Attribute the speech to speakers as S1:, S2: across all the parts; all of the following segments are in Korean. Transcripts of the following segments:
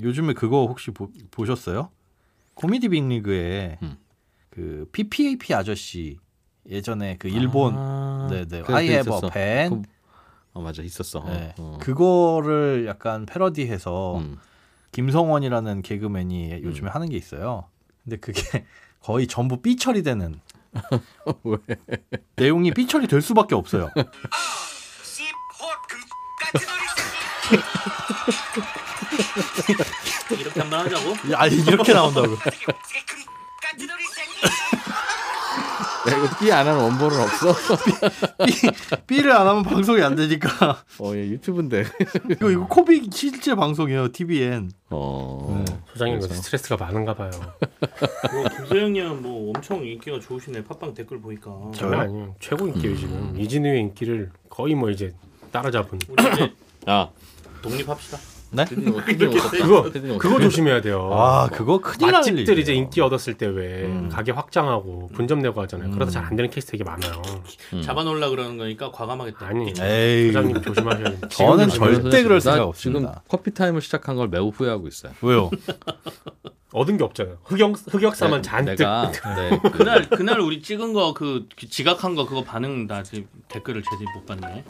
S1: 요즘에 그거 혹시 보, 보셨어요? 코미디 빅리그에
S2: 음.
S1: 그 PPAP 아저씨 예전에 그 일본
S2: 아,
S1: 네네
S2: 그래,
S1: I
S2: 그거
S1: have
S2: 있었어.
S1: a pen
S2: 그거- 어, 맞아 있었어. 어,
S1: 네.
S2: 어.
S1: 그거를 뭐. 약간 패러디해서
S2: 음.
S1: 김성원이라는 개그맨이 요즘에 하는 게 있어요. 근데 그게 거의 전부 삐 처리되는
S2: 왜?
S1: 내용이 삐 처리될 수밖에 없어요.
S3: 씨포금 같은 놈이 새끼. 이렇게 한번 하자고?
S1: 아 이렇게 나온다고.
S3: 금 같은 놈이 새끼.
S2: 야, 이거 끼 안 하는 원본은 없어.
S1: 삐를 안 하면 방송이 안 되니까.
S2: 어, 얘 유튜브인데.
S1: 이거 이거 코빅 실제 방송이에요. TVN.
S2: 어.
S4: 소장님
S2: 그래서.
S4: 스트레스가 많은가 봐요.
S5: 뭐, 김서영이 형뭐 엄청 인기가 좋으시네 팟빵 댓글 보니까
S1: 네.
S4: 장난 아니에요. 최고 인기예요 지금. 이진우의 인기를 거의 뭐 이제 따라잡은.
S5: 우리 이제
S2: 야,
S5: 독립합시다
S1: 네?
S4: 그거
S2: 어,
S4: 그거 조심해야 돼요.
S1: 아
S2: 뭐.
S1: 그거 큰일 날
S4: 맛집들
S1: 일이에요.
S4: 이제 인기 얻었을 때 왜 가게 확장하고 분점 내고 하잖아요. 그러다 잘 안 되는 케이스 되게 많아요.
S5: 잡아놓으려고 그러는 거니까 과감하겠다
S4: 아니
S1: 에이
S4: 부장님 조심하셔야 돼요.
S2: 아,
S1: 저는
S4: 지금
S1: 절대 그럴 생각
S2: 지금
S1: 없습니다.
S2: 커피 타임을 시작한 걸 매우 후회하고 있어요.
S1: 왜요?
S4: 얻은 게 없잖아요. 흑역 흑역사만
S2: 내-
S4: 잔뜩
S2: 네, 내가 네, 그-
S5: 그날 그날 우리 찍은 거 그 지각한 거 그거 반응 나 지금 댓글을 제대로 못 봤네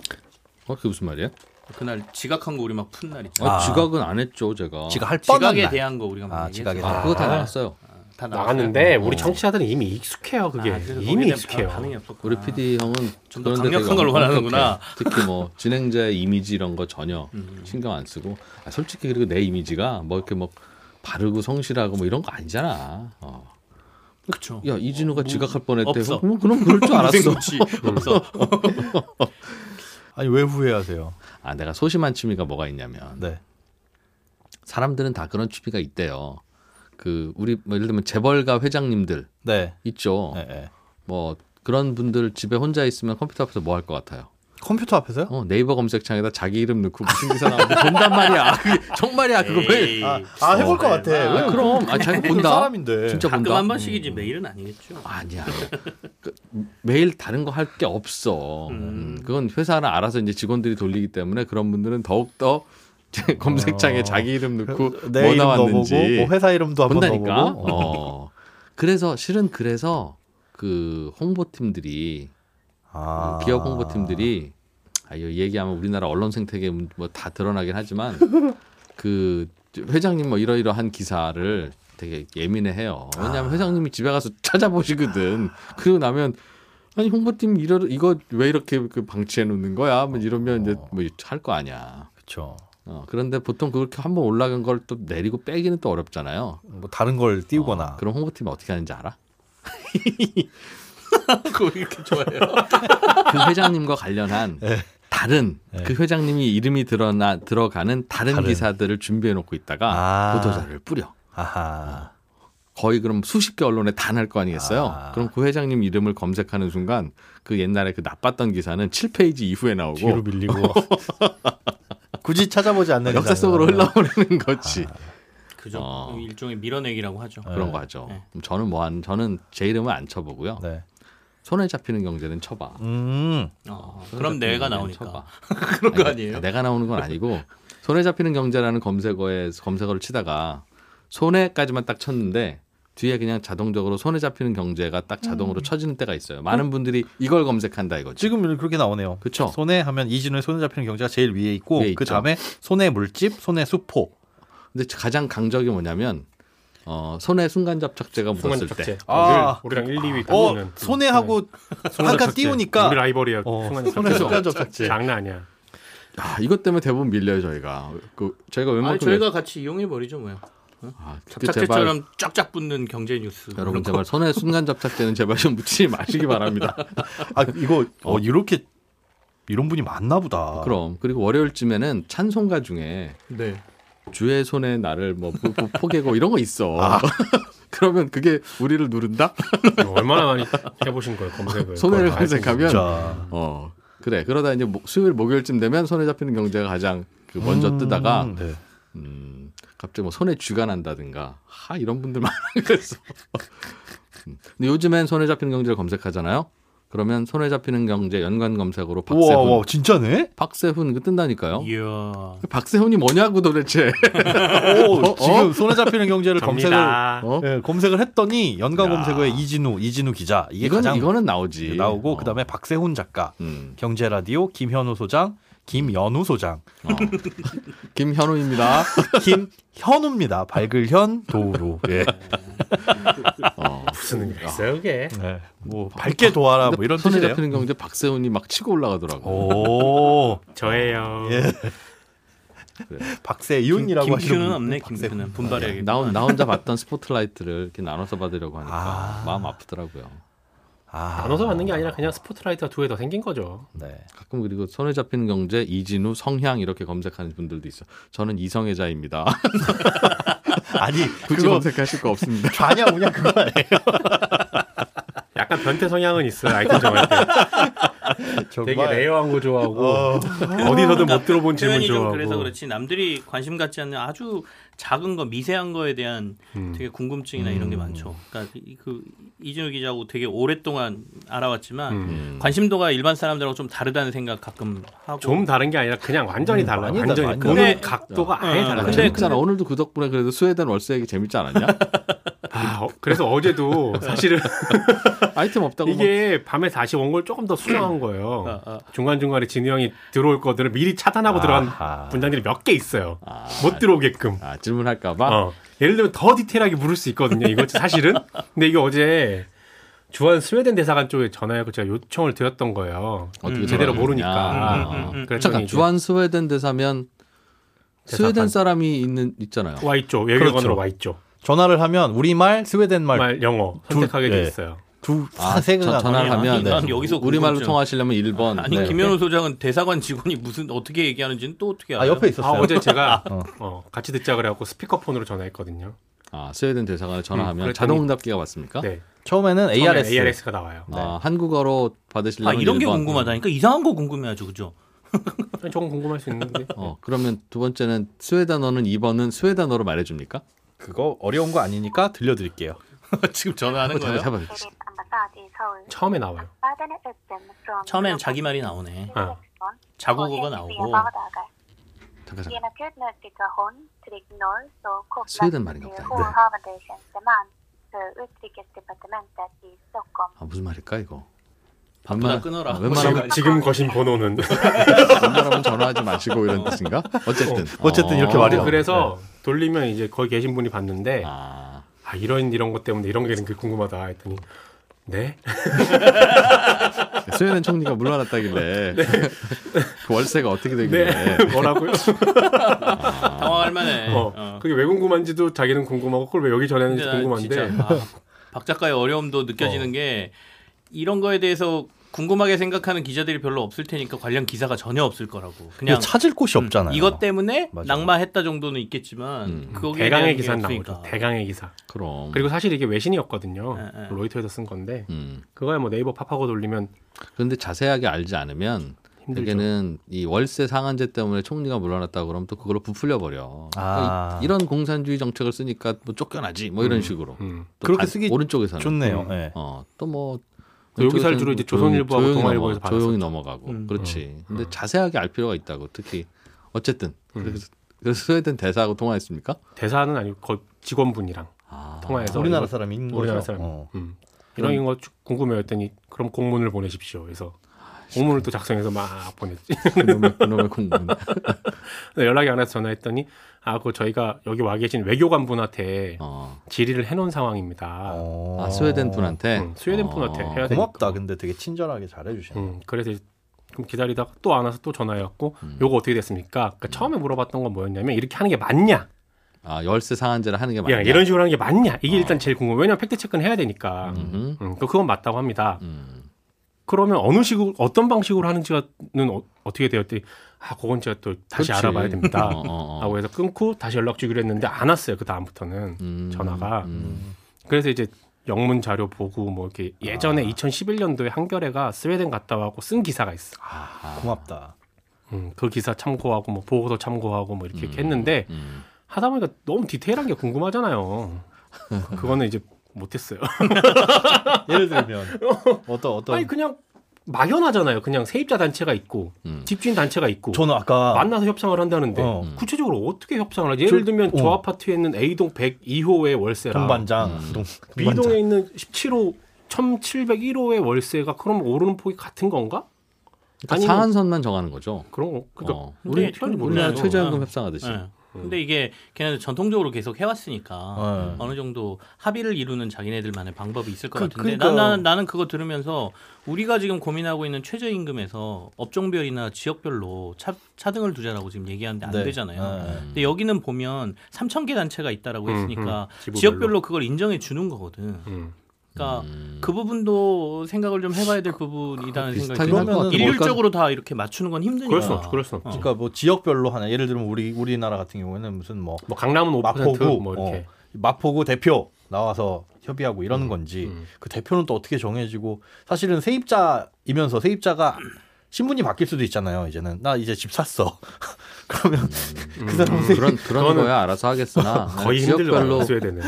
S2: 어, 그게 무슨 말이야?
S5: 그날 지각한 거 우리 막 푼 날 있잖아
S2: 아,
S1: 아.
S2: 지각은 안 했죠, 제가.
S1: 지가 할 뻔한
S5: 지각에
S1: 날.
S5: 대한 거 우리가 막
S1: 아,
S5: 얘기했잖아.
S1: 지각에
S2: 아,
S1: 대한
S2: 그거 다
S4: 아.
S2: 나갔어요.
S5: 다
S4: 나갔는데
S2: 어.
S4: 우리 청취자들은 이미 익숙해요. 그게
S5: 아, 그래서 거기에
S4: 이미
S5: 대한
S4: 익숙해요. 어.
S5: 반응이 없었구나.
S2: 우리 PD 형은
S5: 아. 좀더
S2: 그런 데
S5: 강력한
S2: 되게
S5: 걸 원하는구나. 음.
S2: 엄격해요. 특히 뭐 진행자의 이미지 이런 거 전혀 신경 안 쓰고 아, 솔직히 그리고 내 이미지가 뭐 이렇게 뭐 바르고 성실하고 뭐 이런 거 아니잖아. 어.
S5: 그쵸
S2: 야 이진우가 지각할 뻔했대.
S5: 어. 뭐 없어.
S2: 그럼 그럼 그럴 줄 알았어.
S5: 무생무치 없어
S1: 아니 왜 후회하세요?
S2: 아 내가 소심한 취미가 뭐가 있냐면
S1: 네.
S2: 사람들은 다 그런 취미가 있대요. 그 우리 뭐 예를 들면 재벌가 회장님들
S1: 네.
S2: 있죠.
S1: 네, 네.
S2: 뭐 그런 분들 집에 혼자 있으면 컴퓨터 앞에서 뭐 할 것 같아요?
S1: 컴퓨터 앞에서요?
S2: 어, 네이버 검색창에다 자기 이름 넣고 무슨 기사 나오는지 본단 말이야. 그게 정말이야. 그거 왜?
S5: 에이,
S1: 아, 아 해볼 것 같아.
S5: 아,
S1: 왜?
S2: 아, 그럼 아 자기 본다.
S1: 사람인데.
S2: 진짜
S5: 가끔
S2: 본다.
S5: 아, 한 번씩이지 매일은 음. 아니겠죠
S2: 아니야. 그, 매일 다른 거 할 게 없어. 음, 그건 회사는 알아서 이제 직원들이 돌리기 때문에 그런 분들은 더욱 더
S5: 어.
S2: 검색창에 자기 이름 넣고
S1: 그, 내
S2: 뭐
S1: 네, 이름
S2: 나왔는지
S1: 넣어보고 뭐 회사 이름도 한번
S2: 본다니까.
S1: 넣어보고.
S2: 어. 그래서 실은 그래서 그 홍보팀들이
S1: 아.
S2: 기업 홍보팀들이 아, 이 얘기하면 우리나라 언론 생태계 뭐 다 드러나긴 하지만 그 회장님 뭐 이러이러한 기사를 되게 예민해 해요.
S1: 아.
S2: 왜냐하면 회장님이 집에 가서 찾아보시거든. 그러고 나면 아니 홍보팀 이러 이거 왜 이렇게 그 방치해 놓는 거야? 뭐 이러면 이제 뭐 할 거 아니야.
S1: 그렇죠.
S2: 어, 그런데 보통 그렇게 한번 올라간 걸 또 내리고 빼기는 또 어렵잖아요.
S1: 뭐 다른 걸 띄우거나.
S2: 어, 그럼 홍보팀이 어떻게 하는지 알아?
S5: 그거 왜 이렇게 좋아해요
S2: 그 회장님과 관련한 다른 그 회장님이 이름이 드러나 들어가는 다른,
S1: 다른.
S2: 기사들을 준비해 놓고 있다가
S1: 아.
S2: 보도자를 뿌려.
S1: 아하.
S2: 거의 그럼 수십 개 언론에 다 날 거 아니겠어요?
S1: 아.
S2: 그럼 그 회장님 이름을 검색하는 순간 그 옛날에 그 나빴던 기사는 7페이지 이후에
S1: 뒤로
S2: 나오고
S1: 밀리고. 굳이 찾아보지 않는
S2: 역사 속으로
S1: 이상은.
S2: 흘러오르는 거지.
S5: 그죠
S2: 어.
S5: 일종의 밀어내기라고 하죠
S2: 그런 거 하죠.
S5: 네.
S2: 그럼 저는 뭐 한 저는 제 이름은 안 쳐보고요.
S1: 네.
S2: 손에 잡히는 경제는 쳐봐.
S1: 음.
S5: 어,
S2: 손에
S5: 그럼
S2: 잡히는
S5: 내가
S2: 경제는
S5: 나오니까
S2: 쳐봐.
S5: 네, 그런 거 아니에요
S2: 내가 나오는 건 아니고 손에 잡히는 경제라는 검색어에 검색어를 치다가 손에까지만 딱 쳤는데 뒤에 그냥 자동적으로 손에 잡히는 경제가 딱
S5: 음.
S2: 자동으로 쳐지는 때가 있어요. 많은 분들이 이걸 검색한다 이거지.
S1: 지금 그렇게 나오네요.
S2: 그쵸.
S1: 손에 하면 이진우의 손에 잡히는 경제가 제일 위에 있고
S2: 위에 있죠.
S1: 그 다음에 손에 물집, 손에 수포.
S2: 근데 가장 강적이 뭐냐면 어, 손에 순간 접착제가
S4: 순간
S2: 묻었을 때.
S4: 적재.
S1: 아.
S4: 우리랑 1, 2위
S1: 어,
S4: 따보는 네.
S1: 손에 하고 한 칸 띄우니까
S4: 우리 라이벌이야.
S1: 어,
S4: 순간
S1: 손에
S4: 적재.
S1: 순간 접착제.
S4: 장난 아니야.
S2: 아, 이것 때문에 대부분 밀려요 저희가. 그 저희가 웬만큼
S5: 아니 저희가 같이 이용해 버리죠 뭐요
S2: 아, 그때 제발
S5: 접착제처럼 쫙쫙 붙는 경제 뉴스
S2: 여러분
S5: 그런 거.
S2: 제발 손에 순간 접착제는 제발 좀 묻히지 마시기 바랍니다.
S1: 아 이거 어, 이렇게 이런 분이 많나 보다.
S2: 그럼 그리고 월요일쯤에는 찬송가 중에
S5: 네
S2: 주의 손에 나를 뭐 포- 포- 포개고 이런 거 있어.
S1: 아.
S2: 그러면 그게 우리를 누른다?
S4: 이거 뭐 얼마나 많이 해보신 거예요 검색을.
S2: 손해를
S4: 그걸 알고
S2: 검색하면
S1: 자,
S2: 어 그래 그러다 이제 목- 수요일 목요일쯤 되면 손에 잡히는 경제가 가장 그 먼저 뜨다가
S1: 음, 네.
S2: 음 갑자기 뭐 손에 쥐가 난다든가 하 음. 이런 분들 많아서 근데 요즘엔 손에 잡히는 경제를 검색하잖아요. 그러면 손에 잡히는 경제 연관 검색어로 박세훈
S1: 우와, 우와, 진짜네?
S2: 박세훈 그 뜬다니까요.
S5: 이야.
S2: 박세훈이 뭐냐고 도대체.
S1: 오, 어, 지금 손에 잡히는 경제를 검색을
S4: 접니다.
S2: 어?
S1: 예, 검색을 했더니 연관
S2: 야.
S1: 검색어에 이진우, 이진우 기자 이게
S2: 이거는
S1: 가장 예,
S2: 이거는 나오지.
S1: 나오고
S2: 어.
S1: 그다음에 박세훈 작가,
S2: 음.
S1: 경제 라디오 김현우 소장, 김연우 소장,
S2: 어. 김현우입니다.
S1: 김현우입니다. 밝을현 도우로.
S2: 네.
S1: 예.
S2: 어.
S4: 무슨 의미가 있어요 그게?
S1: 네. 뭐 밝게 도와라 뭐 이런
S2: 손에
S1: 뜻이래요. 어,
S2: 잡히는 경제 박세훈이 막 치고 올라가더라고.
S1: 오,
S4: 저예요.
S1: 예.
S2: 그래.
S1: 박세윤이라고 하시는
S5: 김큐는 아,
S1: 분.
S5: 없네. 김큐는 분발해야겠다.
S2: 나, 혼- 나 혼자 봤던 스포트라이트를 이렇게 나눠서 받으려고 하니까
S1: 아.
S2: 마음 아프더라고요.
S1: 아,
S4: 나눠서 받는 게 아니라 그냥 스포트라이트가 두 개 더 생긴 거죠.
S1: 네.
S2: 가끔 그리고 손에 잡히는 경제 이진우 성향 이렇게 검색하는 분들도 있어. 저는 이성애자입니다.
S1: 아니
S2: 굳이
S1: 그거
S2: 검색하실 거 없습니다.
S1: 좌냐 우냐 그거 아니에요.
S4: 약간 변태 성향은 있어요 아이템 정할 때. 되게
S1: 정말.
S4: 레어한 거 좋아하고
S1: 어.
S4: 어디서든 못 들어본 질문
S5: 표현이 좀
S4: 좋아하고.
S5: 그래서 그렇지 남들이 관심 갖지 않는 아주 작은 거 미세한 거에 대한
S4: 음.
S5: 되게 궁금증이나 이런 게
S1: 음.
S5: 많죠. 그러니까 이- 그 이진우 기자하고 되게 오랫동안 알아왔지만
S4: 음.
S2: 음.
S5: 관심도가 일반 사람들하고 좀 다르다는 생각 가끔 하고.
S4: 좀 다른 게 아니라 그냥 완전히
S1: 음,
S4: 달라.
S1: 많이
S4: 완전히
S1: 달라, 많이
S5: 달라.
S4: 보는 각도가 아예
S5: 어,
S4: 달라.
S5: 근데-
S4: 요
S2: 재밌잖아. 오늘도 그 덕분에 그래도 스웨덴 월세 얘기 재밌지 않았냐?
S4: 아, 어, 그래서 어제도 사실은
S2: 아이템 없다고 막
S4: 이게 밤에 다시 온 걸 조금 더 수정한 거예요.
S5: 어, 어.
S4: 중간 중간에 진우 형이 들어올 것들을 미리 차단하고
S1: 아하.
S4: 들어간 분장들이 몇 개 있어요.
S2: 아,
S4: 못 들어오게끔.
S2: 아, 질문할까봐.
S4: 어. 예를 들면 더 디테일하게 물을 수 있거든요. 이거 사실은. 근데 이거 어제 주한 스웨덴 대사관 쪽에 전화해서 제가 요청을 드렸던 거예요.
S2: 어떻게
S5: 음.
S4: 제대로
S2: 돌아가느냐.
S4: 모르니까.
S2: 어.
S5: 음, 음, 음, 음.
S4: 그랬더니
S2: 잠깐
S4: 이제
S2: 주한 스웨덴 대사면 스웨덴
S4: 대사관.
S2: 사람이 있는 있잖아요.
S4: 와 있죠. 외교관으로
S1: 그렇죠.
S4: 와 있죠.
S1: 전화를 하면 우리말, 스웨덴 말
S4: 말 영어
S1: 둘,
S4: 선택하게 돼
S1: 예.
S4: 있어요.
S1: 두
S2: 아,
S1: 세가
S2: 저- 전화를
S5: 아니야.
S2: 하면
S5: 난
S2: 네.
S5: 여기서
S2: 우리말로
S5: 궁금증.
S2: 통화하시려면 네. 1번.
S5: 아니
S4: 네.
S5: 김현우 소장은 대사관 직원이 무슨 어떻게 얘기하는지는 또 어떻게
S1: 아
S5: 알아요?
S1: 옆에
S4: 아
S1: 있었어요.
S4: 어제 제가
S1: 어.
S4: 어, 같이 듣자 그래갖고 스피커폰으로 전화했거든요.
S2: 아, 스웨덴 대사관에
S4: 음,
S2: 전화하면
S4: 그랬더니-
S2: 자동 응답기가 왔습니까?
S1: 그러니까?
S4: 네.
S1: 처음에는 ARS.
S4: ARS가 나와요.
S2: 아, 한국어로
S5: 아
S2: 받으시려면
S5: 이런 게
S2: 1번.
S5: 궁금하다니까 이상한 거 궁금해하죠, 그죠?
S4: 아니, 저건 궁금할 수 있는데.
S2: 어, 그러면 두 번째는 스웨덴어는 2번은 스웨덴어로 말해 줍니까?
S1: 그거 어려운 거 아니니까 들려드릴게요.
S5: 지금 전화하는 거예요?
S4: 처음에 나와요.
S5: 처음엔 자기 말이 나오네.
S4: 아.
S5: 자국어가 나오고
S2: 잠깐 잠깐.
S6: 스웨덴 말인가 보다.
S5: 네.
S2: 아, 무슨 말일까 이거?
S5: 바쁘다 끊어라.
S2: 아, 웬만하면
S4: 지금, 지금 거신 번호는.
S2: 웬만하면 전화하지 마시고 이런 뜻인가? 어쨌든.
S1: 어쨌든 이렇게
S2: 어.
S1: 말해요.
S4: 그래서 돌리면 이제 거기 계신 분이 봤는데 아,
S2: 아.
S4: 이런 이런 것 때문에 이런 게 이렇게 궁금하다 했더니 네?
S2: 스웨덴 총리가 물러났다길래 그 월세가 어떻게 되길래
S4: 네. 뭐라고요?
S5: 당황할 만해.
S4: 어,
S5: 어.
S4: 그게 왜 궁금한지도 자기는 궁금하고 그걸 왜 여기 전했는지
S5: 근데 나
S4: 궁금한데
S5: 진짜, 아, 박 작가의 어려움도 느껴지는 게 이런 거에 대해서 궁금하게 생각하는 기자들이 별로 없을 테니까 관련 기사가 전혀 없을 거라고. 그냥
S1: 찾을 곳이
S5: 음,
S1: 없잖아요.
S5: 이것 때문에
S1: 맞아.
S5: 낙마했다 정도는 있겠지만
S2: 음.
S5: 그거에 대한
S4: 대강의
S5: 게
S4: 기사는
S5: 없으니까.
S4: 나오죠. 대강의 기사.
S2: 그럼
S4: 그리고 사실 이게 외신이었거든요.
S5: 네, 네.
S4: 로이터에서 쓴 건데
S2: 음.
S4: 그거야 뭐 네이버 팝하고 돌리면
S2: 그런데 자세하게 알지 않으면
S4: 힘들죠.
S2: 대개는 이 월세 상한제 때문에 총리가 물러났다 그러면 또 그걸로 부풀려 버려. 그러니까
S1: 아.
S2: 이런 공산주의 정책을 쓰니까 뭐 쫓겨나지 뭐 이런 식으로.
S4: 음.
S2: 또
S1: 그렇게
S2: 반-
S1: 쓰기
S2: 오른쪽에서는
S1: 좋네요.
S4: 음.
S1: 예.
S2: 어, 또뭐
S4: 그 여기서 주로 이제 조선일보하고 동아일보에서 받았었죠.
S2: 조용히 넘어가고
S5: 음.
S2: 그렇지.
S4: 음.
S2: 근데
S4: 음.
S2: 자세하게 알 필요가 있다고 특히 어쨌든
S4: 음.
S2: 그래서, 그래서 스웨덴 대사하고 통화했습니까?
S4: 대사는 아니고 거- 직원분이랑
S2: 아,
S4: 통화해서
S1: 우리나라 사람인 거죠.
S4: 우리나라 사람.
S1: 어.
S4: 음. 이런 거 쭉 궁금해요 했더니 그럼 공문을 보내십시오. 그래서 공문을 또 작성해서 막 보냈지.
S2: 그놈의, 그놈의 공군.
S4: 근데 연락이 안 와서 전화했더니 아, 그 저희가 여기 와 계신 외교관 분한테
S2: 어.
S4: 질의를 해놓은 상황입니다.
S1: 어.
S2: 아 스웨덴 분한테
S4: 음, 스웨덴
S2: 어.
S4: 분한테 해야 돼.
S1: 고맙다. 근데 되게 친절하게 잘해주시네.
S4: 음, 그래서 이제 그럼 기다리다가 또 안 와서 또 전화해갖고
S2: 음.
S4: 요거 어떻게 됐습니까? 그러니까 처음에 물어봤던 건 뭐였냐면 이렇게 하는 게 맞냐?
S2: 아 열세 상한제를 하는 게 맞냐?
S4: 야, 이런 식으로 하는 게 맞냐? 이게
S2: 어.
S4: 일단 제일 궁금해. 왜냐면 팩트 체크는 해야 되니까.
S2: 음흠.
S4: 음, 또 그건 맞다고 합니다.
S2: 음.
S4: 그러면 어느 식으로 어떤 방식으로 하는지는 어, 떻게 되었더니 아 그건 제가 또 다시
S2: 그렇지.
S4: 알아봐야 됩니다.
S2: 어, 어, 어.
S4: 라고 해서 끊고 다시 연락 주기로 했는데 안 왔어요. 그 다음부터는
S2: 음,
S4: 전화가.
S2: 음.
S4: 그래서 이제 영문 자료 보고 뭐 이렇게 예전에
S2: 아.
S4: 2011년도에 한겨레가 스웨덴 갔다 와고 쓴 기사가 있어.
S2: 아.
S1: 고맙다.
S4: 음, 그 기사 참고하고 뭐 보고서 참고하고 뭐 이렇게,
S2: 음.
S4: 이렇게 했는데
S2: 음.
S4: 하다 보니까 너무 디테일한 게 궁금하잖아요. 그거는 이제 못했어요.
S1: 예를 들면 어떤 어떤
S4: 아니 그냥 막연하잖아요. 그냥 세입자 단체가 있고
S2: 음.
S4: 집주인 단체가 있고
S1: 저는 아까
S4: 만나서 협상을 한다는데
S1: 어.
S4: 구체적으로 어떻게 협상을 하지? 예를
S1: 저-
S4: 들면 저
S1: 어.
S4: 아파트에 있는 A동 102호의 월세랑
S1: 동반장
S2: 음.
S1: 동, 동반장.
S4: B동에 있는 17호 1701호의 월세가 그럼 오르는 폭이 같은 건가?
S2: 그러니까
S4: 아니면-
S2: 상한선만 정하는 거죠.
S4: 그런 거. 그러니까
S2: 어.
S5: 근데
S2: 우리
S5: 근데
S2: 우리나라
S5: 우리나라-
S4: 네.
S2: 최저임금 협상하듯이.
S5: 예. 근데 이게 걔네들 전통적으로 계속 해왔으니까
S1: 어.
S5: 어느 정도 합의를 이루는 자기네들만의 방법이 있을 것
S1: 그-
S5: 같은데
S1: 그러니까요.
S5: 난- 나는 나는 그거 들으면서 우리가 지금 고민하고 있는 최저임금에서 업종별이나 지역별로 차, 차등을 두자라고 지금 얘기하는데 안
S1: 네.
S5: 되잖아요.
S1: 네.
S5: 근데 여기는 보면 3,000개 단체가 있다라고
S4: 음,
S5: 했으니까
S4: 음.
S5: 지역별로 그걸 인정해 주는 거거든.
S4: 음.
S5: 그러니까
S2: 음.
S5: 그 부분도 생각을 좀 해봐야 될 부분이라는 생각이
S2: 비슷하긴
S5: 들어요.
S1: 그러면
S2: 할것 같아요.
S5: 일률적으로 다 이렇게 맞추는 건 힘드니까.
S4: 그럴 수 없죠. 그렇죠. 그럴 수 없죠.
S5: 어.
S1: 그러니까 뭐 지역별로 하나 예를 들면 우리 우리나라 같은 경우에는 무슨 뭐
S4: 뭐 강남은 5%,
S1: 마포구
S4: 뭐 이렇게.
S1: 어, 마포구 대표 나와서 협의하고 이러는 건지
S4: 음.
S1: 그 대표는 또 어떻게 정해지고 사실은 세입자이면서 세입자가 신분이 바뀔 수도 있잖아요. 이제는 나 이제 집 샀어. 그러면
S2: 음.
S5: 음,
S1: 그 사람 세입
S2: 그런 그런
S4: 그거는
S2: 거야 알아서 하겠으나 네,
S4: 거의 네.
S2: 지역별로
S4: 힘들더라고요. 스웨덴은.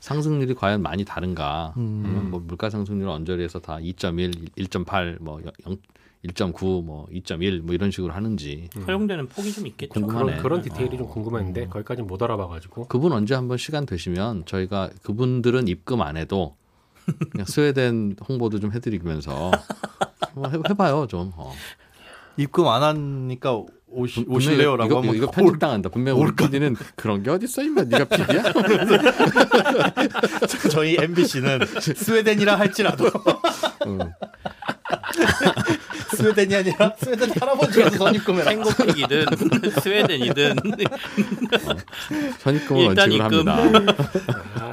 S2: 상승률이 과연 많이 다른가? 음, 뭐 물가 상승률 언저리에서 다 2.1, 1.8, 뭐 0, 1.9, 뭐 2.1, 뭐 이런 식으로 하는지
S5: 허용되는 폭이 좀 있겠죠.
S2: 궁금하네.
S4: 음. 그런, 그런 디테일이 좀 궁금했는데
S5: 음.
S4: 거기까지 못 알아봐가지고.
S2: 그분 언제 한번 시간 되시면 저희가 그분들은 입금 안 해도 그냥 스웨덴 홍보도 좀 해드리면서 한번 해- 해봐요 좀. 어.
S1: 입금 안 하니까 오시,
S2: 분명히
S1: 오실래요라고
S2: 이거,
S1: 하면
S2: 이거
S1: 올-
S2: 편집당한다. 분명 우리 PD는 그런 게 어딨어 임마 네가 PD야?
S1: 저희 MBC는 스웨덴이라 할지라도
S2: 음.
S1: 스웨덴이 아니라 스웨덴 할아버지가 선입금해라.
S5: 행복이든 스웨덴이든
S2: 선입금을
S5: 일단
S2: 원칙으로
S5: 입금
S2: 합니다.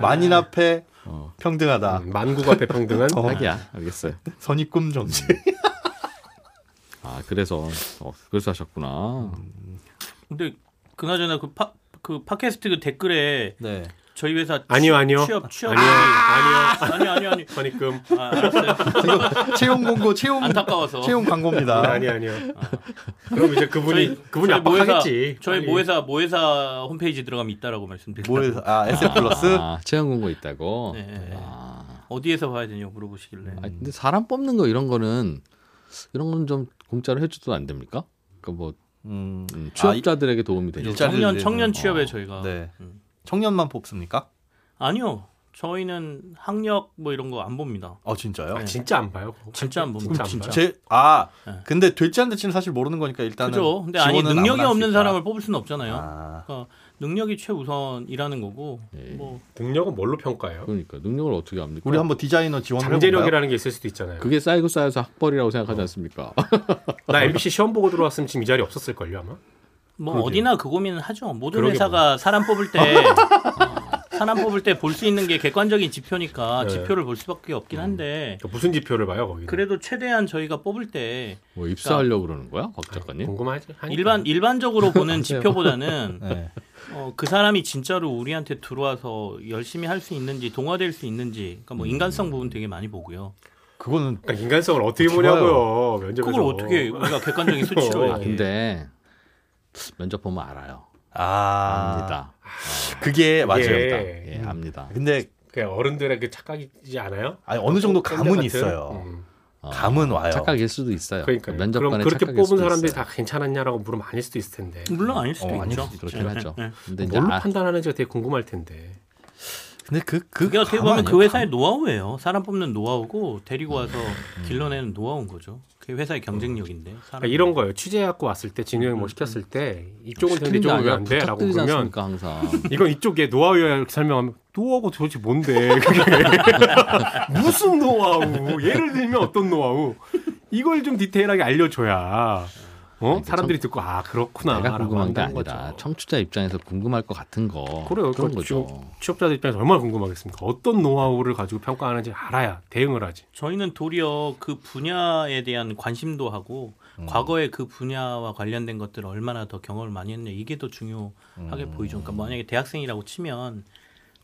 S1: 만인 앞에
S2: 어.
S1: 평등하다.
S4: 음, 만국 앞에 평등한
S1: 아. 어.
S2: 딱이야 알겠어요.
S1: 선입금 정책.
S5: 음.
S2: 아 그래서 어, 그래서 하셨구나.
S5: 근데 그나저나 그, 파, 그 팟캐스트 그 댓글에
S1: 네.
S5: 저희 회사
S4: 아니요, 아니요.
S5: 취업 취업
S4: 아니요, 아니요.
S5: 아니 아니 아니
S4: 선입금.
S5: 아,
S2: 음.
S5: 알았어요
S1: 채용 공고
S5: 아,
S1: 채용
S5: 안타까워서
S1: 채용 광고입니다.
S4: 네, 아니 아니요. 그럼 이제 그분이 그분이
S5: 저희
S4: 압박하겠지.
S5: 모회사, 저희
S4: 빨리.
S5: 모회사 모회사 홈페이지 들어가면 있다라고 말씀드립니다
S1: 뭘 아, SF 플러스
S2: 아, 채용 공고 있다고.
S5: 네, 네, 네.
S2: 아,
S5: 어디에서 봐야 되냐고 물어보시길래
S1: 음.
S2: 아니, 근데 사람 뽑는 거 이런 거는 이런 건 좀 공짜로 해줘도 안 됩니까? 그러니까 그뭐
S1: 음,
S2: 음, 취업자들에게 도움이 되죠.
S1: 일자리-
S5: 청년
S1: 일자리를-
S5: 청년 취업에
S2: 어,
S5: 저희가
S1: 네.
S5: 음.
S1: 청년만 뽑습니까?
S5: 아니요 저희는 학력 뭐 이런 거 안 봅니다
S1: 아 진짜요?
S5: 네.
S4: 진짜 안 봐요. 그거.
S5: 진짜 안 봅니다.
S4: 진짜 안
S5: 진짜.
S4: 봐요.
S1: 제아
S5: 네.
S1: 근데 될지 안 될지는 사실 모르는 거니까 일단은
S5: 그죠 근데 아니
S1: 지원은
S5: 능력이
S1: 아무나 할수
S5: 없는
S1: 있다.
S5: 사람을 뽑을 수는 없잖아요
S1: 아,
S5: 그러니까 능력이 최우선이라는 거고
S1: 네.
S2: 예.
S5: 뭐
S4: 능력은 뭘로 평가해요?
S1: 음,
S2: 그러니까 능력을 어떻게 합니까?
S1: 우리 한번 디자이너 지원
S4: 잠재력이라는 게 있을 수도 있잖아요.
S2: 그게 쌓이고 쌓여서 학벌이라고 생각하지 않습니까?
S1: 어.
S4: 나 MBC 시험 보고 들어왔으면 지금 이 자리 없었을 걸요 아마. 그러니까
S5: 뭐
S4: 그러게요.
S5: 어디나 그 고민은 하죠. 모든
S4: 그러게
S5: 회사가
S1: 뭐.
S5: 사람 뽑을 때 어, 사람 뽑을 때 볼 수 있는 게 객관적인 지표니까
S4: 네.
S5: 지표를 볼 수밖에 없긴
S1: 음.
S5: 한데
S4: 그러니까 무슨 지표를 봐요 거기?
S5: 그래도 최대한 저희가 뽑을 때
S2: 뭐 입사하려고 그러는 거야, 박
S1: 어.
S2: 작가님?
S4: 궁금하지. 하니까.
S5: 일반 일반적으로 보는 지표보다는
S1: 네.
S5: 어, 그 사람이 진짜로 우리한테 들어와서 열심히 할 수 있는지 동화될 수 있는지 그러니까
S1: 음.
S5: 뭐 인간성 부분 되게 많이 보고요.
S1: 그거는
S4: 그러니까 인간성을 어떻게
S1: 좋아요.
S4: 보냐고요. 면접에서.
S5: 그걸 어떻게 우리가 객관적인 수치로
S4: 어,
S2: 아,
S5: 이렇게.
S2: 근데 면접 보면 알아요.
S1: 아
S2: 압니다.
S1: 그게 맞아요. 음.
S4: 예.
S2: 예, 압니다.
S1: 근데
S4: 그냥 어른들의 그 착각이지 않아요?
S1: 아니, 어느 정도 감은
S4: 같은?
S1: 있어요. 네.
S4: 음.
S2: 어,
S1: 감은 와요.
S2: 착각일 수도 있어요.
S4: 그러니까 그럼
S2: 네. 면접관의
S4: 그렇게
S2: 착각일
S4: 뽑은
S2: 수도
S4: 사람들이
S2: 있어요.
S4: 다 괜찮았냐라고 물으면 아닐 수도 있을 예, 텐데
S5: 물론 아닐 수도
S1: 어, 아닐
S5: 있죠.
S1: 수도 있죠.
S2: 그렇긴 하죠.
S5: 네.
S2: 근데 이제
S4: 뭘로
S2: 아-
S4: 판단하는지가 되게 궁금할 텐데
S1: 근데 그
S5: 그게
S1: 그게
S5: 어떻게 보면 그 회사의 노하우예요. 사람 뽑는 노하우고 데리고 와서
S1: 음.
S5: 길러내는 노하우인 거죠. 그게 회사의 경쟁력인데. 사람
S4: 그러니까 이런 거예요 취재해갖고 왔을 때 진영이
S1: 음.
S4: 뭐 시켰을 때 이쪽은 되는데
S2: 시키는 게
S4: 이쪽은
S2: 아니라
S4: 왜안 돼라고
S2: 부탁드리지
S4: 그러면
S2: 않습니까 항상.
S4: 이건 이쪽에 노하우야 이렇게 설명하면 노하우가 도대체 뭔데 그게 무슨 노하우 예를 들면 어떤 노하우 이걸 좀 디테일하게 알려줘야 어
S2: 이게
S4: 사람들이 듣고 아 그렇구나
S2: 내가
S4: 라고
S2: 궁금한 게
S4: 한다는
S2: 아니라
S4: 거죠.
S2: 청취자 입장에서 궁금할 것 같은 거
S4: 그래요.
S2: 그런
S4: 그렇죠.
S2: 거죠.
S4: 취업자들 입장에서 얼마나 궁금하겠습니까 어떤 노하우를 가지고 평가하는지 알아야 대응을 하지
S5: 저희는 도리어 그 분야에 대한 관심도 하고
S2: 음.
S5: 과거에 그 분야와 관련된 것들을 얼마나 더 경험을 많이 했냐 이게 더
S2: 음.
S5: 중요하게 보이죠. 그러니까 만약에 대학생이라고 치면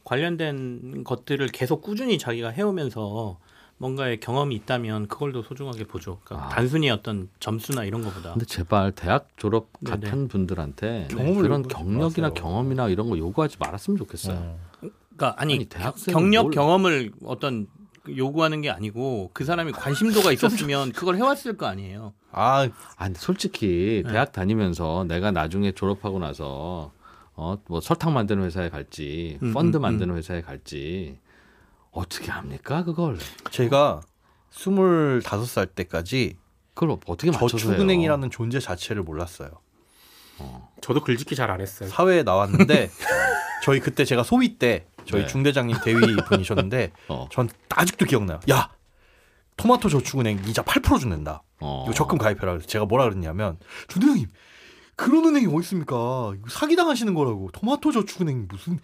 S5: 관련된 것들을 계속 꾸준히 자기가 해오면서 뭔가의 경험이 있다면 그걸 더 소중하게 보죠. 그러니까
S2: 아.
S5: 단순히 어떤 점수나 이런 것보다.
S2: 근데 제발 대학 졸업
S5: 네,
S2: 같은 분들한테
S1: 경험을
S2: 그런
S1: 요구하지
S2: 경력이나
S1: 마세요.
S2: 경험이나
S4: 음.
S2: 이런 거 요구하지 말았으면 좋겠어요.
S5: 그러니까 아니,
S2: 아니, 대학생은
S5: 경력
S2: 뭘-
S5: 경험을 어떤 요구하는 게 아니고 그 사람이 관심도가 있었으면 그걸 해왔을 거 아니에요.
S1: 아,
S2: 아, 근데 솔직히
S5: 네.
S2: 대학 다니면서 내가 나중에 졸업하고 나서 어, 뭐 설탕 만드는 회사에 갈지,
S5: 음,
S2: 펀드
S5: 음,
S2: 만드는 회사에 갈지 어떻게 합니까 그걸?
S1: 제가 25살 때까지
S2: 그걸 어떻게 맞춰서 해요?
S1: 저축은행이라는 존재 자체를 몰랐어요.
S4: 저도 글짓기 잘 안 했어요.
S1: 사회에 나왔는데 저희 그때 제가 소위 때 저희
S2: 네.
S1: 중대장님 대위 분이셨는데
S2: 어,
S1: 전 아직도 기억나요. 야 토마토 저축은행 이자 8% 준댄다.
S2: 어.
S1: 이거 적금 가입해라. 그래서 제가 뭐라 그랬냐면 중대장님 그런 은행이 어디 있습니까? 이거 사기 당하시는 거라고. 토마토 저축은행 무슨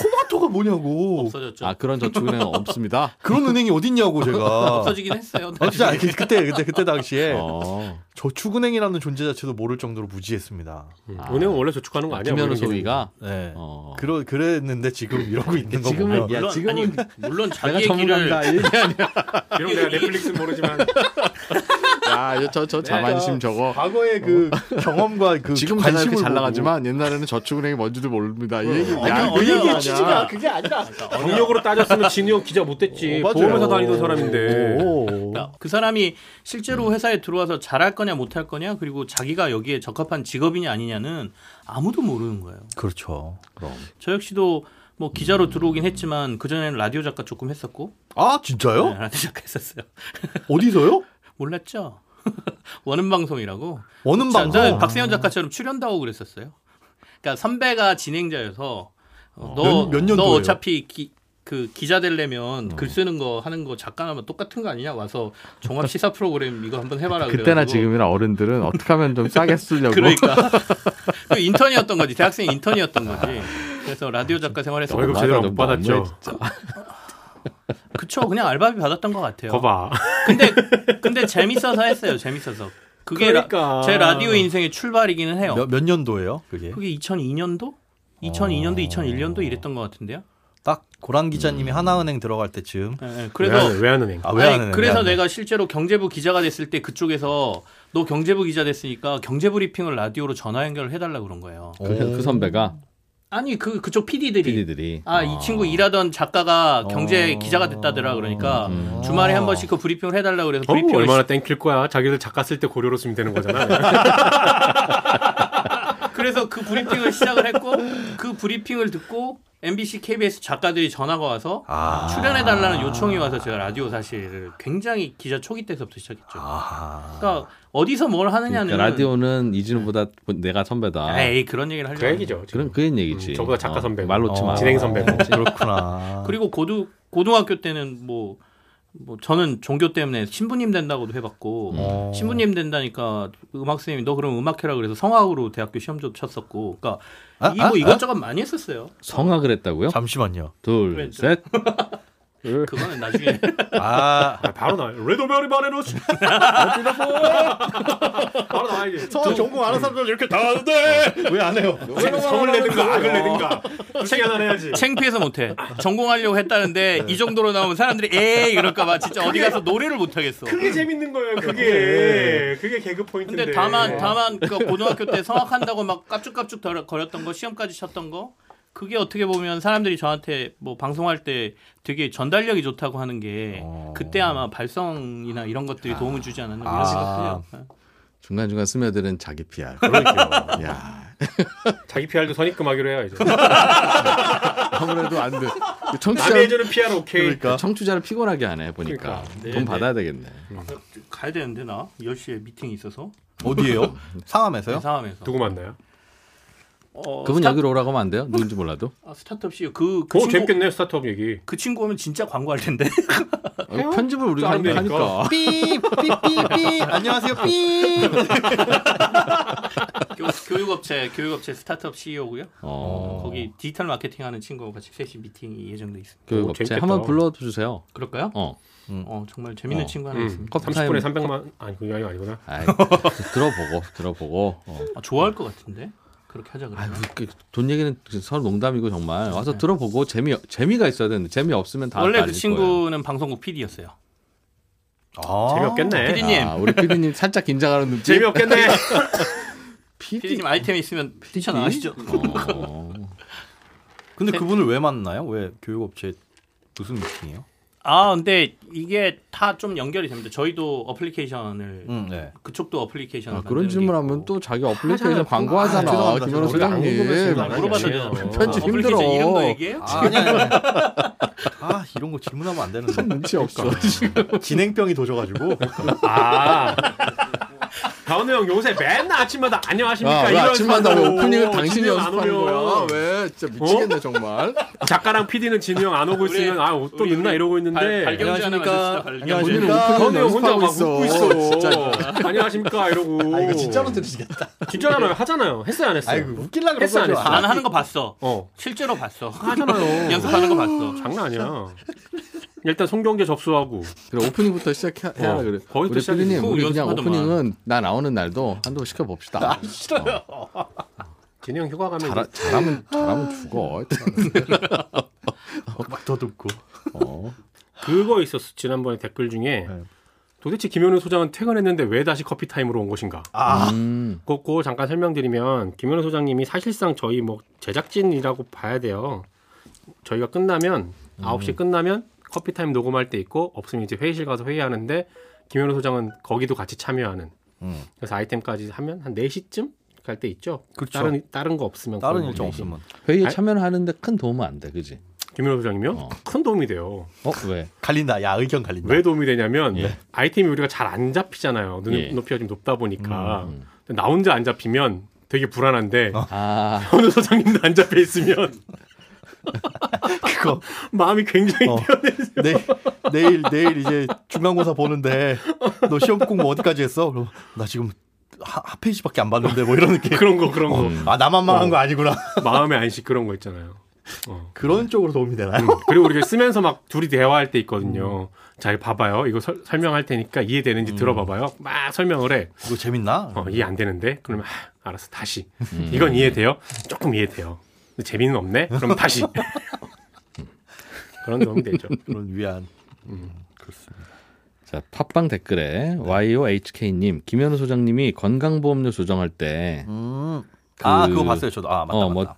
S1: 토마토가 뭐냐고.
S5: 없어졌죠.
S2: 아 그런 저축은행 없습니다.
S1: 그런 은행이 어딨냐고 제가.
S5: 없어지긴 했어요.
S1: 아, 진짜 그- 그때 그때 그때 당시에
S2: 어.
S1: 저축은행이라는 존재 자체도 모를 정도로 무지했습니다.
S4: 음,
S2: 아.
S4: 은행은 원래 저축하는 거
S2: 아,
S4: 아니야?
S2: 김현우
S4: 은행에서.
S2: 소위가
S1: 네.
S2: 어.
S1: 그러 그랬는데 지금 이러고 있는 거
S2: 지금은
S1: 보면
S2: 야,
S5: 물론,
S2: 지금은
S5: 아니, 물론
S2: 내가
S5: 자기
S2: 전문가입니다.
S5: 얘기를
S2: 이게 아니야.
S4: 비록 내가 넷플릭스는 모르지만
S2: 야, 아, 저저 자만심 저거.
S1: 과거의 그 경험과 그
S2: 지금 제가
S1: 관심을
S2: 이렇게 잘
S1: 보고
S2: 나가지만 옛날에는 저축은행이 뭔지도 모릅니다. 이 얘기 야, 그
S5: 어느- 어느
S2: 얘기
S5: 취지가
S2: 아니야.
S4: 경력으로 따졌으면 진이형 기자 못 됐지.
S1: 어, 맞아요.
S4: 보험회사 다니던 음. 사람인데.
S1: 오.
S5: 그러니까 그 사람이 실제로 회사에 들어와서 잘할 거냐 못할 거냐 그리고 자기가 여기에 적합한 직업이냐 아니냐는 아무도 모르는 거예요.
S1: 그렇죠.
S2: 그럼.
S5: 저 역시도 뭐 기자로
S4: 음.
S5: 들어오긴 했지만 그 전에는 라디오 작가 조금 했었고
S1: 아 진짜요?
S5: 네, 라디오 작가 했었어요.
S1: 어디서요?
S5: 몰랐죠? 원음 방송이라고.
S1: 원음
S5: 자, 저는
S1: 방송.
S5: 박세현 작가처럼 출연도 하고 그랬었어요. 그러니까 선배가 진행자여서 어,
S1: 몇-
S5: 너,
S1: 몇 년도예요?
S5: 너 어차피 기, 그 기자 되려면 글 쓰는 거 하는 거 작가 하면 똑같은 거 아니냐 와서 종합 시사 프로그램 이거 한번 해봐라
S2: 그때나
S5: 그래가지고.
S2: 지금이나 어른들은 어떻게 하면 좀 싸게 쓰려고
S5: 그러니까 그 인턴이었던 거지 대학생 인턴이었던 거지 그래서 라디오 작가 생활에서
S4: 월급 제대로 못 받았죠.
S5: 그쵸 그냥 알바비 받았던 것 같아요
S4: 거봐.
S5: 근데 근데 재밌어서 했어요 재밌어서 그게 라-
S4: 그러니까.
S5: 제 라디오 인생의 출발이기는 해요
S1: 몇, 몇 년도예요? 그게
S5: 그게 2002년도 2002년도 2001년도 이랬던 것 같은데요
S1: 딱 고랑 기자님이 하나은행 들어갈 때쯤.
S5: 예, 예.
S4: 그래서
S5: 그래서
S4: 외환은행.
S1: 아 왜
S5: 아니,
S1: 안 하는?
S5: 그래서 내가 실제로 경제부 기자가 됐을 때 그쪽에서 너 경제부 기자 됐으니까 경제 브리핑을 라디오로 전화 연결을 해달라 그런 거예요.
S2: 그, 그 선배가
S5: 아니 그 그쪽 PD들이
S2: PD들이
S5: 아, 이 친구 일하던 작가가 경제 기자가 됐다더라. 그러니까 주말에 한 번씩 그 브리핑을 해달라 그래서
S4: 어우,
S5: 브리핑을
S4: 얼마나 땡길 거야. 자기들 작가 쓸 때 고려로 쓰면 되는 거잖아.
S5: 시- 그래서 그 브리핑을 시작을 했고 그 브리핑을 듣고 MBC, KBS 작가들이 전화가 와서
S1: 아.
S5: 출연해달라는 요청이 와서 제가 라디오 사실 굉장히 기자 초기 때서부터 시작했죠.
S1: 아.
S5: 그러니까 어디서 뭘 하느냐는 아, 예.
S2: 그러니까 라디오는 이진우보다 내가
S1: 아.
S2: 선배다.
S5: 에이 그런 얘기를 하려고
S4: 그 얘기죠. 지금.
S2: 그런 그런 얘기지.
S4: 음, 저보다 작가
S2: 어,
S4: 선배고.
S2: 말 놓지
S1: 어.
S2: 마.
S4: 진행 선배고.
S1: 그렇구나.
S5: 그리고 고등 고등학교 때는 뭐, 뭐 저는 종교 때문에 신부님 된다고도 해봤고
S1: 어.
S5: 신부님 된다니까 음악 선생님이 너 그럼 음악해라 그래서 성악으로 대학교 시험도 쳤었고 그러니까
S1: 아,
S5: 이뭐
S1: 아,
S5: 이것저것 많이 했었어요.
S2: 성악을 했다고요?
S1: 잠시만요.
S2: 둘,
S5: 왼쪽.
S2: 셋.
S5: 그거는 나중에
S1: 아
S4: 아, 바로 나. 레드벨이 바레노스. 바로 나야지.
S1: 성악 전공 아는 사람들 이렇게 다
S4: 네.
S1: 하는데 왜 안 해요?
S4: 성을 내든가 악을 내든가 둘 중에 하나 해야지.
S5: 창피해서 못해 전공하려고 했다는데 이 정도로 나오면 사람들이 에이 이럴까봐 진짜 어디 가서 노래를 못 하겠어.
S4: 그게 재밌는 거예요. 그게 그게 개그 포인트인데. 예.
S5: 근데 다만 다만 그 고등학교 때 성악한다고 막 깝죽깝죽 덜- 거렸던 거 시험까지 쳤던 거 그게 어떻게 보면 사람들이 저한테 뭐 방송할 때 되게 전달력이 좋다고 하는 게 그때 아마 발성이나 이런 것들이 도움을 주지 않았나 이런
S1: 아.
S5: 생각해요. 예.
S2: 중간 중간 스며드는 자기 PR. 야,
S4: 자기 PR도 선입금하기로 해요 이제.
S2: 아무래도 안 돼.
S4: 남이
S2: 청취자
S4: 해주는 PR 오케이.
S5: 그러니까.
S1: 그러니까.
S2: 청취자를 피곤하게 하네 보니까
S4: 그러니까.
S5: 네,
S2: 돈
S5: 네.
S2: 받아야 되겠네.
S5: 가야 되는데 나 10시에 미팅이 있어서
S1: 어디예요? 상암에서요?
S5: 상암에서
S4: 누구 만나요?
S5: 어,
S2: 그분
S5: 스타,
S2: 여기로 오라고 하면 안 돼요? 누군지 몰라도.
S5: 아, 스타트업 CEO 그, 그
S4: 그거
S5: 친구
S4: 재밌겠네 스타트업 얘기.
S5: 그 친구 오면 진짜 광고할 텐데
S2: 어, 편집을 우리가
S4: 짜면
S2: 하니까.
S4: 되니까.
S2: 하니까.
S1: 삐삐삐삐 안녕하세요 삐.
S5: 교, 교육업체 교육업체 스타트업 CEO고요.
S2: 어,
S5: 거기 디지털 마케팅 하는 친구하고 같이 셋이 미팅이 예정돼 있습니다.
S4: 오,
S2: 교육업체
S4: 재밌겠다.
S2: 한번 불러주세요.
S5: 그럴까요?
S2: 어,
S5: 어, 정말 재밌는
S2: 어.
S5: 친구 하나
S4: 음,
S5: 있습니다.
S4: 30분에 300만 아니 그게 아니- 아니구나.
S2: 아이, 들어보고 들어보고. 어.
S5: 아, 좋아할 것 같은데 그렇게 하자
S2: 아유,
S5: 그러면
S2: 그, 돈 얘기는 서로 농담이고 정말 와서 들어보고 재미 재미가 있어야 되는데 재미 없으면 다
S5: 원래 그
S2: 날릴 거예요.
S5: 친구는 방송국 PD였어요.
S1: 아.
S4: 재미없겠네.
S5: 피디님.
S2: 아, 우리 PD님 살짝 긴장하는 눈빛.
S4: 재미없겠네.
S5: PD님 아이템 있으면 뛰쳐 나가시죠.
S2: 어.
S1: 근데 그분을 왜 만나요? 왜 교육업체 무슨 미팅이에요?
S5: 아 근데 이게 다 좀 연결이 됩니다. 저희도 어플리케이션을
S1: 음, 네.
S5: 그쪽도 어플리케이션
S2: 아, 그런 질문하면 또 자기 어플리케이션
S1: 아,
S2: 광고하잖아.
S1: 죄송합니다.
S2: 김현우
S1: 죄송합니다.
S2: 소장님.
S1: 아,
S5: 물어봐도
S1: 예.
S5: 되잖아요.
S2: 편집 힘들어.
S5: 어플리케이션 이름도 얘기해요?
S1: 아, 아니, 아니, 아니. 아 이런 거 질문하면 안 되는데
S2: 눈치 없어.
S1: 진행병이 도셔가지고
S4: 아. 가은우 형 요새 맨날 아침마다 안녕하십니까
S2: 아, 왜
S4: 이런
S2: 아침마다 왜
S4: 식으로
S2: 오프닝을 뭐. 당신이
S4: 진영 안
S2: 연습하는 거야?
S4: 오면.
S2: 왜 진짜 미치겠네 정말.
S4: 작가랑 PD는 진이 형 안 오고
S5: 우리-
S4: 있으면 아또
S5: 우리-
S4: 있나 이러고 있는데
S5: 네. 발- 발견-
S1: 안녕하십니까
S5: 안녕하십니까.
S2: 본인은
S1: 안녕하십니까
S2: 오프닝
S4: 가은우 형 혼자 막
S2: 아, 연습하고
S4: 웃고
S2: 있어.
S4: 있어.
S2: 진짜.
S4: 안녕하십니까 이러고.
S1: 아 이거 진짜로 들으시겠다
S4: 진짜잖아요. 하잖아요. 했어요 안 했어요?
S1: 아이고 웃길라 그러고
S4: 했어, 안 했어?
S5: 나는 하는 거 봤어.
S4: 어.
S5: 실제로 봤어.
S4: 하잖아요.
S5: 연습하는 거 봤어.
S4: 장난 아니야. 일단 송경재 접수하고
S2: 그래 오프닝부터 시작해야
S4: 어,
S2: 그래.
S4: 거기부터
S2: 우리
S4: 시작이지.
S2: 피디님 우리 그냥
S5: 연습하더만.
S2: 오프닝은 나 나오는 날도 한두 번 시켜 봅시다.
S1: 아,
S2: 아,
S1: 싫어요
S4: 진이 형 휴가 가면
S2: 잘하, 잘하면 잘하면 죽어.
S1: 막 아, 더듬고
S2: 어.
S4: 그거 있었어 지난번에 댓글 중에
S1: 네.
S4: 도대체 김현우 소장은 퇴근했는데 왜 다시 커피 타임으로 온 것인가?
S1: 아
S2: 음.
S4: 그거 그거 잠깐 설명드리면 김현우 소장님이 사실상 저희 뭐 제작진이라고 봐야 돼요. 저희가 끝나면
S1: 음.
S4: 9시 끝나면 커피 타임 녹음할 때 있고 없으면 이제 회의실 가서 회의하는데 김현우 소장은 거기도 같이 참여하는.
S1: 음.
S4: 그래서 아이템까지 하면 한 4시쯤 갈 때 있죠.
S1: 그쵸.
S4: 다른 다른 거 없으면
S1: 그렇죠. 다른
S4: 거의
S1: 일정
S4: 4시.
S1: 없으면
S2: 회의에
S4: 아니-
S2: 참여하는데 큰 도움은 안 돼, 그지?
S4: 김현우 소장님요?
S2: 어.
S4: 큰 도움이 돼요.
S2: 어 왜?
S1: 갈린다 야 의견 갈린다
S4: 왜 도움이 되냐면
S2: 예.
S4: 아이템이 우리가 잘 안 잡히잖아요. 눈
S2: 예.
S4: 높이가 좀 높다 보니까
S2: 음.
S4: 근데 나 혼자 안 잡히면 되게 불안한데
S2: 아
S4: 어느 소장님도 안 잡혀 있으면
S1: 그거
S4: 마음이 굉장히
S1: 어. 내, 내일 내일 이제 중간고사 보는데 너 시험 공부 어디까지 했어? 그럼 나 지금 하, 한 페이지밖에 안 봤는데 뭐 이런 느낌
S4: 그런 거 그런 거
S2: 음.
S1: 아 나만 망한
S2: 어.
S1: 거 아니구나
S4: 마음의 안식 그런 거 있잖아요. 어.
S1: 그런 쪽으로 도움이 되나요?
S4: 음. 그리고 우리가 쓰면서 막 둘이 대화할 때 있거든요. 자, 이거 봐봐요. 이거 설, 설명할 테니까 이해되는지 들어봐봐요. 막 설명을 해.
S1: 이거 재밌나?
S4: 어, 이해 안 되는데? 그러면 아, 알았어 다시.
S1: 음.
S4: 이건 이해돼요? 조금 이해돼요. 근데 재미는 없네? 그럼 다시. 그런 도움이 되죠.
S1: 그런 위안
S2: 자, 팟빵 댓글에 YOHK님, 김현우 소장님이 건강보험료 조정할 때
S1: 음.
S2: 그-
S1: 아 그거 봤어요 저도 아 맞다
S2: 어,
S1: 맞다
S2: 뭐-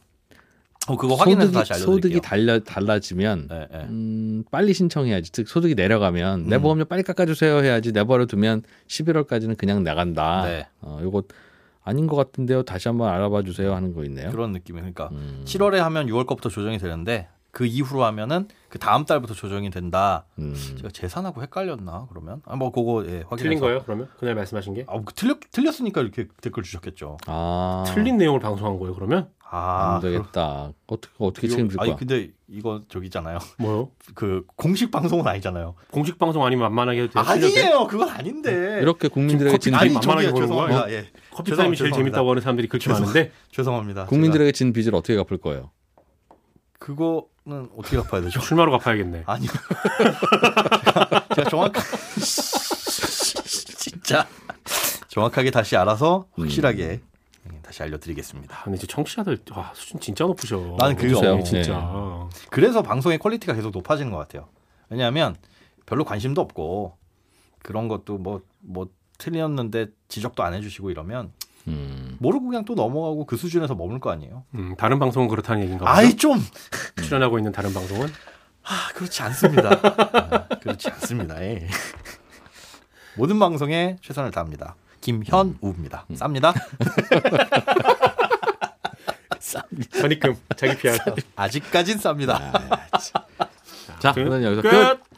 S1: 어, 그거 확인해서
S2: 소득이,
S1: 다시 알려드릴게요
S2: 소득이 달려, 달라지면
S1: 네, 네.
S2: 음, 빨리 신청해야지. 즉 소득이 내려가면 내
S1: 음.
S2: 보험료 빨리 깎아주세요 해야지. 내버려 두면 11월까지는 그냥 나간다.
S1: 네.
S2: 어, 요거 아닌 것 같은데요. 다시 한번 알아봐 주세요 하는 거 있네요.
S1: 그런 느낌이 그러니까
S2: 음,
S1: 7월에 하면 6월 거부터 조정이 되는데 그 이후로 하면은 그 다음 달부터 조정이 된다.
S2: 음.
S1: 제가 재산하고 헷갈렸나 그러면? 아 뭐 그거 예, 확인.
S4: 틀린 거예요? 그러면 그날 말씀하신 게?
S1: 아, 그 틀렸 틀렸으니까 이렇게 댓글 주셨겠죠.
S2: 아,
S4: 틀린 내용을 방송한 거예요? 그러면
S1: 아,
S2: 안 되겠다. 어떻게 어떻게
S1: 이거-
S2: 책임질 거야?
S1: 아니 근데 이건 저기잖아요.
S4: 뭐요?
S1: 그 공식 방송은 아니잖아요.
S4: 공식 방송 아니면 만만하게 해도 돼요?
S1: 아니에요, 그건 아닌데.
S2: 네. 이렇게 국민들에게 진
S1: 아니
S4: 만만하게
S1: 저기요,
S4: 보는 거야?
S1: 죄송합니다. 예,
S4: 커피
S1: 죄송합니다,
S4: 타임이 제일
S1: 죄송합니다.
S4: 재밌다고 하는 사람들이 그렇게
S1: 죄송-
S4: 많은데
S1: 죄송합니다.
S2: 국민들에게 진 빚을 어떻게 갚을 거예요?
S1: 제가 그거는 어떻게 갚아야 되죠?
S4: 출마로 갚아야겠네.
S1: 아니요. 제가 정확 진짜 정확하게 다시 알아서 확실하게
S2: 음.
S1: 예, 다시 알려드리겠습니다.
S4: 아, 근데 이제 청취자들 와 수준 진짜 높으셔.
S1: 나는 그게 네.
S2: 없어요.
S4: 어, 진짜.
S1: 그래서 방송의 퀄리티가 계속 높아지는 것 같아요. 왜냐하면 별로 관심도 없고 그런 것도 뭐 뭐 틀렸는데 지적도 안 해주시고 이러면
S2: 음.
S1: 모르고 그냥 또 넘어가고 그 수준에서 머물 거 아니에요.
S4: 음, 다른 방송은 그렇다는 얘기인가 봐요.
S1: 아이 음. 좀
S4: 출연하고 있는 다른 방송은
S1: 아, 그렇지 않습니다. 아, 그렇지 않습니다. 예. 모든 방송에 최선을 다합니다. 김현우입니다. 쌉니다.
S4: 선입금 자기 피할.
S1: 아직까진 쌉니다. 아,
S2: 자,
S4: 끝.
S2: 그럼 여기서 끝.
S4: 끝.